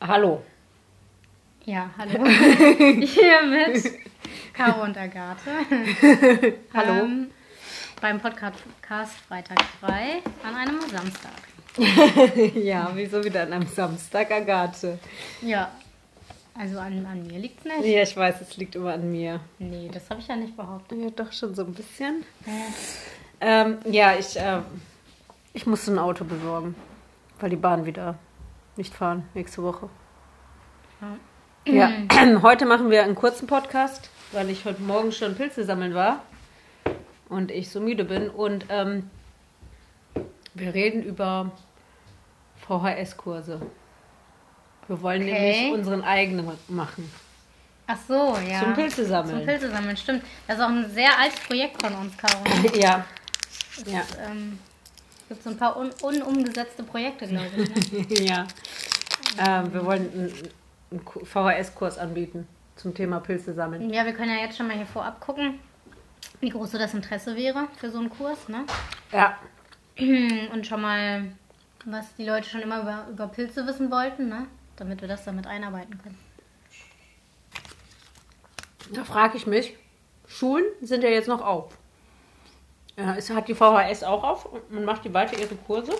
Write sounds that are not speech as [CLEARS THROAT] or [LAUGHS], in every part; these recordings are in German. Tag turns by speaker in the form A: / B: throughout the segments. A: Hallo.
B: Ja, hallo.
A: [LAUGHS]
B: Hier mit Caro und Agathe.
A: [LAUGHS] Hallo.
B: Ähm, beim Podcast Freitag frei an einem Samstag.
A: [LAUGHS] ja, wieso wieder an einem Samstag, Agathe?
B: Ja. Also an, an mir liegt's nicht.
A: Ja, ich weiß, es liegt immer an mir.
B: Nee, das habe ich ja nicht behauptet.
A: Ja, doch schon so ein bisschen. Ähm, ja, ich, ähm, ich musste ein Auto besorgen, weil die Bahn wieder nicht fahren nächste Woche.
B: Ja.
A: Ja, Mhm. [CLEARS THROAT] heute machen wir einen kurzen Podcast, weil ich heute Morgen schon Pilze sammeln war und ich so müde bin. Und ähm, wir reden über VHS-Kurse. Wir wollen
B: Okay.
A: nämlich unseren eigenen machen.
B: Ach so, ja.
A: Zum Pilze sammeln.
B: Zum Pilze sammeln, stimmt. Das ist auch ein sehr altes Projekt von uns, Caro.
A: Ja. Ja.
B: Es ähm, gibt so ein paar un unumgesetzte Projekte, glaube
A: [LAUGHS]
B: ich. Ne?
A: ja. Ähm, wir wollen einen- einen Ku- VHS-Kurs anbieten zum Thema Pilze sammeln.
B: Ja, wir können ja jetzt schon mal hier vorab gucken, wie groß so das Interesse wäre für so einen Kurs, ne?
A: Ja.
B: [CLEARS THROAT] Und schon mal, was die Leute schon immer über, über Pilze wissen wollten, ne? Damit wir das damit einarbeiten können.
A: Da frage ich mich, Schulen sind ja jetzt noch auf. Ja, ist, hat die VHS auch auf und macht die weiter ihre Kurse?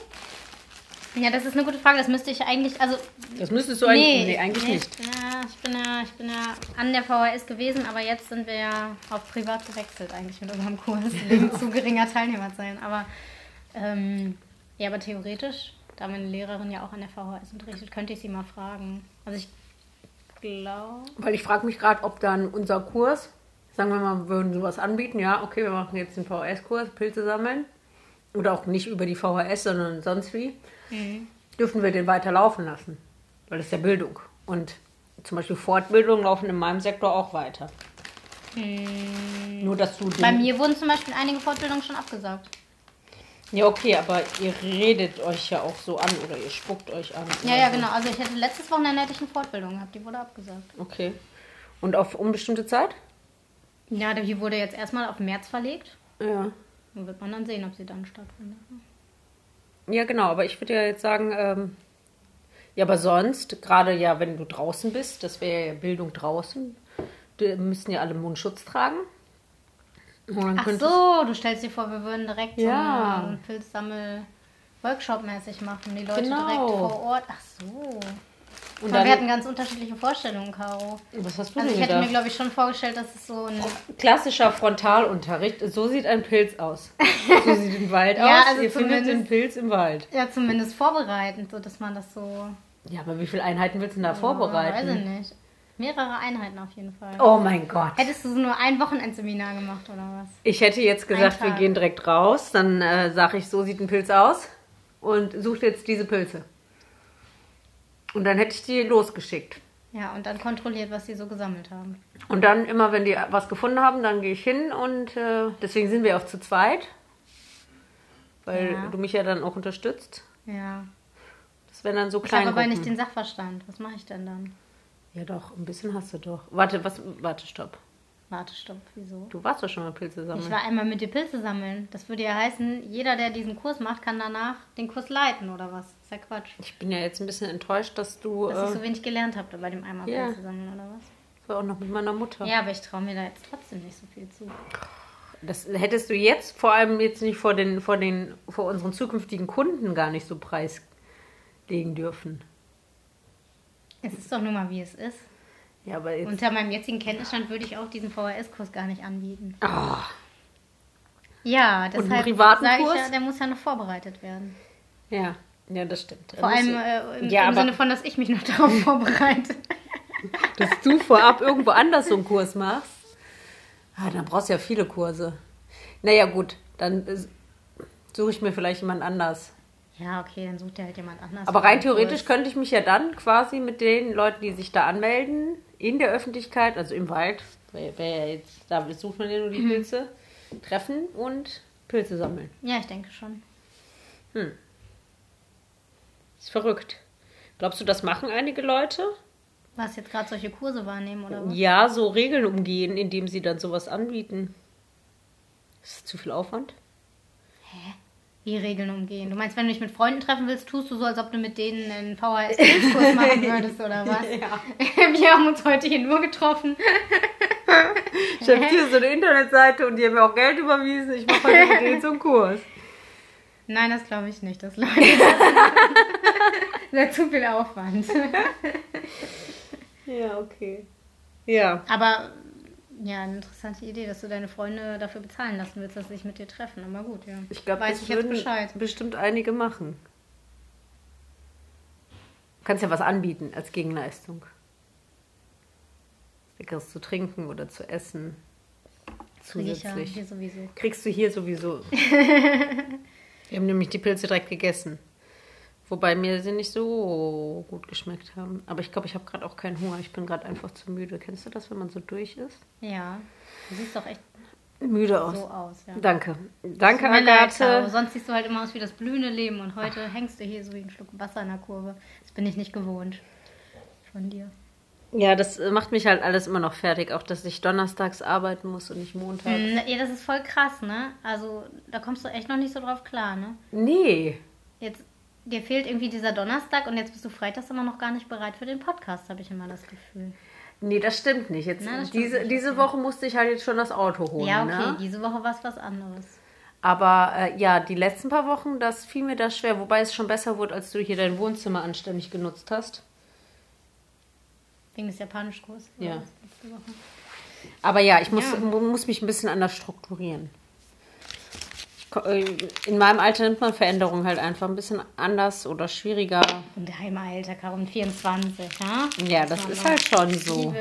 B: Ja, das ist eine gute Frage. Das müsste ich eigentlich, also
A: Das müsstest du eigentlich, nee,
B: ich-
A: eigentlich
B: nee,
A: nicht.
B: Ich bin, ja, ich, bin ja, ich bin ja an der VHS gewesen, aber jetzt sind wir ja auf privat gewechselt eigentlich mit unserem
A: [LAUGHS]
B: Kurs, wegen zu geringer Teilnehmerzahlen. Aber, ähm, ja, aber theoretisch, da meine Lehrerin ja auch an der VHS unterrichtet, könnte ich sie mal fragen. Also ich glaube...
A: Weil ich frage mich gerade, ob dann unser Kurs, sagen wir mal, wir würden sowas anbieten, ja, okay, wir machen jetzt den VHS-Kurs, Pilze sammeln. Oder auch nicht über die VHS, sondern sonst wie.
B: Mhm.
A: Dürfen wir den weiter laufen lassen. Weil das ist ja Bildung. Und zum Beispiel Fortbildungen laufen in meinem Sektor auch weiter. Hm. Nur, dass du den
B: Mhm. Bei mir wurden zum Beispiel einige Fortbildungen schon abgesagt.
A: Ja, okay, aber ihr redet euch ja auch so an oder ihr spuckt euch an.
B: Ja,
A: oder
B: ja,
A: so.
B: genau. Also ich hätte letztes Wochenende hätte ich eine Fortbildung gehabt, die wurde abgesagt.
A: Okay. Und auf unbestimmte Zeit?
B: Ja, die wurde jetzt erstmal auf März verlegt.
A: Ja.
B: Dann wird man dann sehen, ob sie dann stattfindet.
A: Ja, genau, aber ich würde ja jetzt sagen, ähm, ja, aber sonst, gerade ja, wenn du draußen bist, das wäre ja Bildung draußen, die müssen ja alle Mundschutz tragen. Und dann
B: Ach
A: könntest-
B: so, du stellst dir vor, wir würden direkt
A: Ja.
B: so einen Pilzsammel-Workshop-mäßig machen, die Leute
A: Genau.
B: direkt vor Ort. Ach so.
A: Und
B: Aber wir hatten
A: dann,
B: ganz unterschiedliche Vorstellungen, Caro.
A: was hast du
B: Also
A: denn
B: ich hätte mir,
A: gedacht?
B: glaube ich, schon vorgestellt, dass es so ein...
A: Klassischer Frontalunterricht, so sieht ein Pilz aus. So sieht ein Wald
B: [LAUGHS] Ja,
A: aus,
B: also
A: ihr findet den
B: zumindest-
A: Pilz im Wald.
B: Ja, zumindest vorbereitend, so dass man das so...
A: Ja, aber wie viele Einheiten willst du denn da
B: Weiß ich
A: vorbereiten?
B: nicht. Mehrere Einheiten auf jeden Fall.
A: Oh mein Gott.
B: Hättest du so nur ein Wochenendseminar gemacht oder was?
A: Ich hätte jetzt gesagt, wir
B: Tag.
A: gehen direkt raus, dann äh, sage ich, so sieht ein Pilz aus und sucht jetzt diese Pilze. Und dann hätte ich die losgeschickt.
B: Ja, und dann kontrolliert, was sie so gesammelt haben.
A: Und dann immer, wenn die was gefunden haben, dann gehe ich hin und äh, deswegen sind wir auch zu zweit, weil
B: Ja.
A: du mich ja dann auch unterstützt.
B: Ja.
A: Das wären dann so
B: Ich habe
A: kleine
B: aber nicht
A: Gruppen.
B: den Sachverstand. Was mache ich denn dann?
A: Ja doch, ein bisschen hast du doch. Warte, was? Warte, stopp.
B: Warte, stopp. Wieso?
A: Du warst doch schon mal Pilze
B: Ich
A: sammeln.
B: war einmal mit dir Pilze sammeln. Das würde ja heißen, jeder, der diesen Kurs macht, kann danach den Kurs leiten oder was? Ist ja Quatsch.
A: Ich bin ja jetzt ein bisschen enttäuscht, dass du
B: Dass
A: äh,
B: ich so wenig gelernt habe bei dem einmal
A: Ja.
B: Pilze sammeln oder was?
A: das war auch noch mit meiner Mutter.
B: Ja, aber ich traue mir da jetzt trotzdem nicht so viel zu.
A: Das hättest du jetzt vor allem jetzt nicht vor den, vor den, vor unseren zukünftigen Kunden gar nicht so preislegen dürfen.
B: Es ist doch nun mal, wie es ist.
A: Ja, aber jetzt.
B: Unter meinem jetzigen Kenntnisstand würde ich auch diesen VHS-Kurs gar nicht anbieten.
A: Ah,
B: Ja,
A: einen
B: deshalb
A: privaten
B: sage ich
A: Kurs?
B: ja, der muss ja noch vorbereitet werden.
A: ja, ja, das stimmt.
B: Vor
A: Da
B: allem
A: musst
B: äh, im,
A: Ja,
B: im
A: aber-
B: Sinne von, dass ich mich noch [LAUGHS] darauf vorbereite. äh,
A: du, dass du vorab irgendwo anders so einen Kurs machst. Ah, dann brauchst du ja viele Kurse. Naja, gut, dann äh, suche ich mir vielleicht jemand anders.
B: Ja, okay, dann sucht ja halt jemand anders.
A: Aber rein
B: für den
A: theoretisch
B: Kurs.
A: könnte ich mich ja dann quasi mit den Leuten, die sich da anmelden, in der Öffentlichkeit, also im Wald, wär, wär ja jetzt, da sucht man ja nur die Pilze, treffen und Pilze sammeln.
B: Ja, ich denke schon.
A: Ist verrückt. Glaubst du, das machen einige Leute?
B: Was jetzt gerade solche Kurse wahrnehmen oder was?
A: Ja, so Regeln umgehen, indem sie dann sowas anbieten. Ist das zu viel Aufwand? Hä?
B: Wie Regeln umgehen? Du meinst, wenn du dich mit Freunden treffen willst, tust du so, als ob du mit denen einen VHS-Kurs machen würdest [LAUGHS] oder was?
A: Ja.
B: Wir haben uns heute hier nur getroffen.
A: Ich habe hier so eine Internetseite und die haben mir auch Geld überwiesen. Ich [LAUGHS] mache heute mit denen so einen Kurs.
B: Nein, das glaube ich nicht, [LAUGHS] dass Leute. Das ist zu viel Aufwand.
A: Ja, okay. Ja.
B: Aber ja, eine interessante Idee, dass du deine Freunde dafür bezahlen lassen willst, dass sie sich mit dir treffen. Aber gut, ja.
A: Ich glaube,
B: Weiß
A: das
B: ich jetzt
A: würden
B: Bescheid.
A: bestimmt einige machen. Du kannst ja was anbieten als Gegenleistung. Leckeres zu trinken oder zu essen.
B: Krieg ich ja
A: Zusätzlich.
B: hier sowieso.
A: Kriegst du hier
B: [LAUGHS]
A: sowieso. Wir haben nämlich die Pilze direkt gegessen. Wobei mir sie nicht so gut geschmeckt haben. Aber ich glaube, ich habe gerade auch keinen Hunger. Ich bin gerade einfach zu müde. Kennst du das, wenn man so durch ist?
B: Ja. Du siehst doch echt
A: Müde aus.
B: so aus, ja.
A: Danke. Danke,
B: Tut mir leid, Caro.
A: Agathe.
B: Sonst siehst du halt immer aus wie das blühende Leben und heute hängst du hier so wie ein Schluck Wasser in der Kurve. Das bin ich nicht gewohnt von dir.
A: Ja, das äh, macht mich halt alles immer noch fertig. Auch, dass ich donnerstags arbeiten muss und nicht montags.
B: Mhm, Ja, das ist voll krass, ne? Also da kommst du echt noch nicht so drauf klar, ne?
A: Nee.
B: Jetzt, dir fehlt irgendwie dieser Donnerstag und jetzt bist du freitags immer noch gar nicht bereit für den Podcast, habe ich immer das Gefühl.
A: Nee, das stimmt nicht. Jetzt,
B: Nein, das stimmt
A: diese,
B: nicht.
A: diese Woche musste ich halt jetzt schon das Auto holen.
B: ja, okay,
A: ne?
B: diese Woche war es was anderes.
A: Aber äh, ja, die letzten paar Wochen, das fiel mir das schwer. Wobei es schon besser wurde, als du hier dein Wohnzimmer anständig genutzt hast.
B: Wegen des Japanischkurses. war
A: Ja.
B: das letzte Woche.
A: Aber ja, ich muss,
B: Ja.
A: mu- muss mich ein bisschen anders strukturieren. Ko- äh, In meinem Alter nimmt man Veränderungen halt einfach ein bisschen anders oder schwieriger.
B: Und geheime Alter, Karin 24, ja?
A: Ja, das ist halt schon so.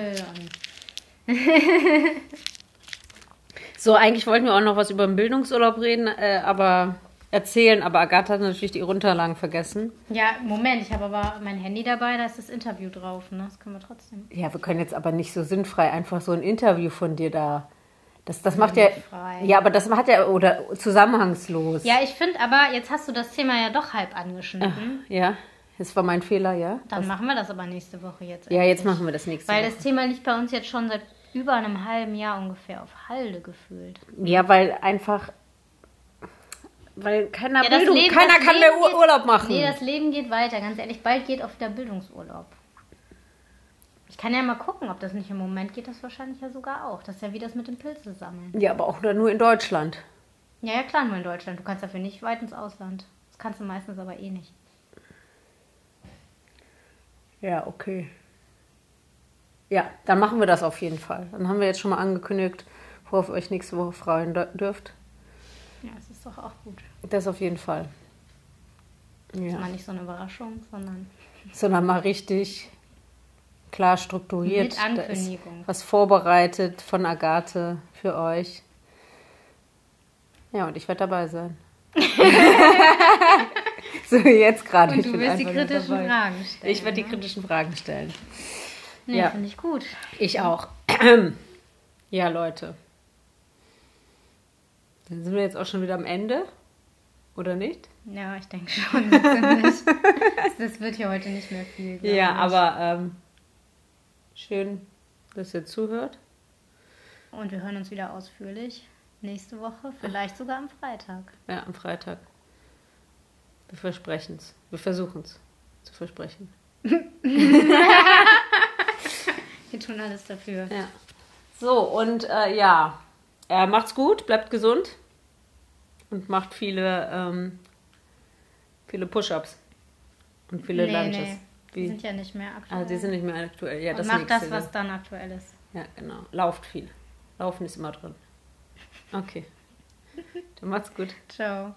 A: So, eigentlich wollten wir auch noch was über den Bildungsurlaub reden, äh, aber erzählen. Aber Agatha hat natürlich die Runterlagen vergessen.
B: Ja, Moment, ich habe aber mein Handy dabei, da ist das Interview drauf, ne? Das können wir trotzdem.
A: Ja, wir können jetzt aber nicht so sinnfrei einfach so ein Interview von dir da. Das, das macht ja.
B: Sinnfrei.
A: Ja, aber das hat ja. Oder zusammenhangslos.
B: Ja, ich finde aber, jetzt hast du das Thema ja doch halb angeschnitten.
A: Ja, das war mein Fehler, ja.
B: Dann machen wir das aber nächste Woche jetzt.
A: Ja, jetzt
B: endlich.
A: machen wir das nächste
B: Weil
A: Mal.
B: das Thema liegt bei uns jetzt schon seit über einem halben Jahr ungefähr auf Halde gefühlt.
A: Ja, weil einfach. Weil keiner
B: Ja, das
A: Bildung,
B: Leben-
A: keiner
B: das
A: kann
B: Leben
A: mehr Ur
B: geht-
A: Urlaub machen.
B: Nee, das Leben geht weiter, ganz ehrlich. Bald geht auch wieder Bildungsurlaub. Ich kann ja mal gucken, ob das nicht im Moment geht, das wahrscheinlich ja sogar auch. Das ist ja wie das mit dem Pilze sammeln.
A: ja, aber auch nur in Deutschland.
B: Ja, ja, klar, nur in Deutschland. Du kannst dafür nicht weit ins Ausland. Das kannst du meistens aber eh nicht.
A: Ja, okay. Ja, dann machen wir das auf jeden Fall. Dann haben wir jetzt schon mal angekündigt, worauf ihr euch nächste Woche freuen dür- dürft.
B: Ja, das ist doch auch gut.
A: Das auf jeden Fall.
B: Ist
A: Ja.
B: mal nicht so eine Überraschung, sondern
A: Sondern mal richtig klar strukturiert.
B: Mit
A: Da ist
B: Ankündigung.
A: Was vorbereitet von Agathe für euch. Ja, und ich werde dabei
B: [LAUGHS]
A: sein. [LAUGHS] so wie jetzt gerade.
B: Und
A: Ich
B: du
A: bin
B: wirst die
A: einfach nicht
B: kritischen
A: dabei.
B: Fragen stellen.
A: Ich werde die
B: ne?
A: kritischen Fragen stellen.
B: Nee,
A: ja.
B: finde ich gut.
A: Ich auch. [CLEARS THROAT] ja, Leute. Dann sind wir jetzt auch schon wieder am Ende. Oder nicht?
B: Ja, ich denke schon. so ziemlich.
A: [LAUGHS]
B: das wird hier heute nicht mehr viel. glaub
A: Ja,
B: ich.
A: aber ähm, schön, dass ihr zuhört.
B: Und wir hören uns wieder ausführlich nächste Woche, vielleicht sogar am Freitag.
A: Ja, am Freitag. Wir versprechen es. Wir versuchen es zu versprechen.
B: Wir tun alles dafür.
A: Ja. So, und äh, ja, äh, macht's gut, bleibt gesund und macht viele, ähm, viele Push-Ups und viele Lunges.
B: Die
A: Wie-
B: sind ja nicht mehr aktuell.
A: Ah, die sind nicht mehr aktuell. Ja, das
B: Und mach das,
A: nächste,
B: was dann aktuell ist.
A: ne? Ja, genau. Lauft
B: [LAUGHS]
A: viel. Laufen ist immer drin. Okay. Dann macht's gut.
B: Ciao.